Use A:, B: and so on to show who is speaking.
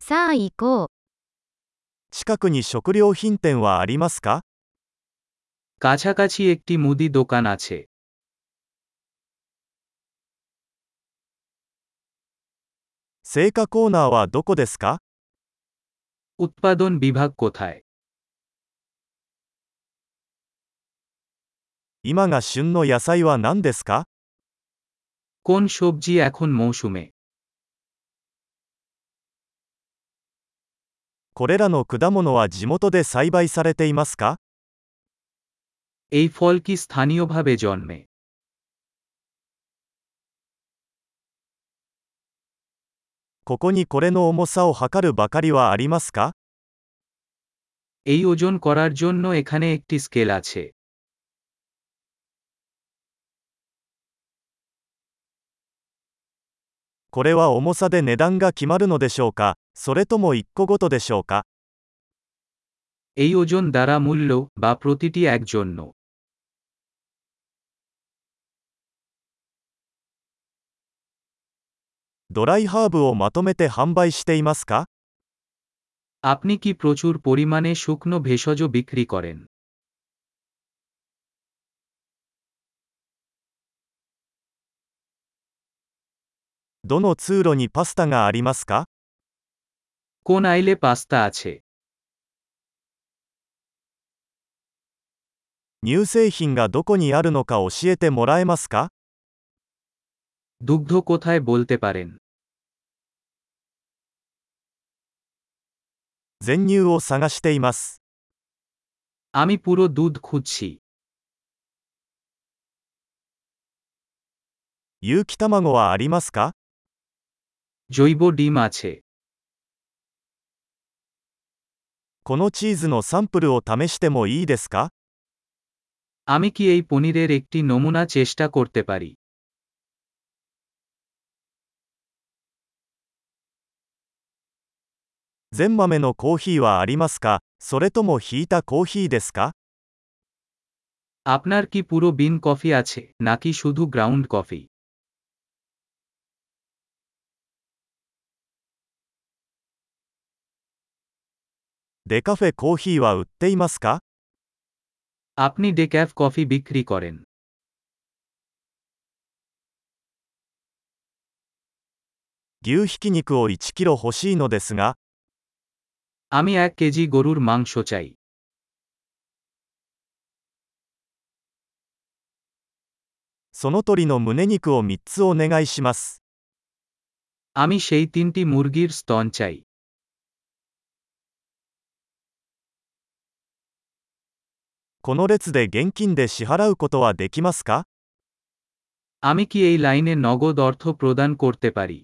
A: さあ行こう。
B: 近くに食料品店はありますか
C: কাছাকাছি একটি মুদি দোকান আছে
B: 青果コーナーはどこですか
C: উৎপাদন বিভাগ কোথায়
B: 今が旬の野菜は何ですか
C: কোন সবজি এখন মৌসুমে
B: これらの果物は地元で栽培されていますか
C: এই ফল কি স্থানীয়ভাবে জন্মে
B: ここにこれの重さを測るばかりはありますか
C: এই ওজন করার জন্য এখানে একটি স্কেল আছে
B: これは重さで値段が決まるのでしょうかそれとも1個ごとでしょうか
C: এই ওজন দ্বারা মূল্য বা প্রতিটি এক জন্য
B: ドライハーブをまとめて販売していますか
C: আপনি কি প্রচুর পরিমাণে শুকনো ভেষজ বিক্রি করেন
B: どの通路にパスタがありますか
C: কোন আইলে পাস্তা আছে
B: 乳製品がどこにあるのか教えてもらえますか
C: দুগ্ধ কোথায় বলতে পারেন
B: 全乳を探しています。
C: আমি পুরো দুধ খুঁজছি
B: 有機卵はありますか
C: জৈব ডিম আছে
B: このチーズのサンプルを試してもいいですか
C: আমি কি এই পনিরের একটি নমুনা চেষ্টা করতে পারি
B: 全豆のコーヒーはありますかそれともひいたコーヒーですか
C: আপনার কি পুরো বিন কফি আছে নাকি শুধু গ্রাউন্ড কফি
B: デカフェコーヒーは売っていますか
C: আপনি ডেক্যাফ কফি বিক্রি করেন
B: 牛ひき肉を1キロ欲しいのですが、
C: আমি এক কেজি গরুর মাংস চাই
B: その鳥の胸肉を3つお願いします。
C: আমি সেই তিনটি মুরগির স্তন চাই
B: この列で現金で支払うことはできますか
C: আমি কি এই লাইনে নগদ অর্থ প্রদান করতে পারি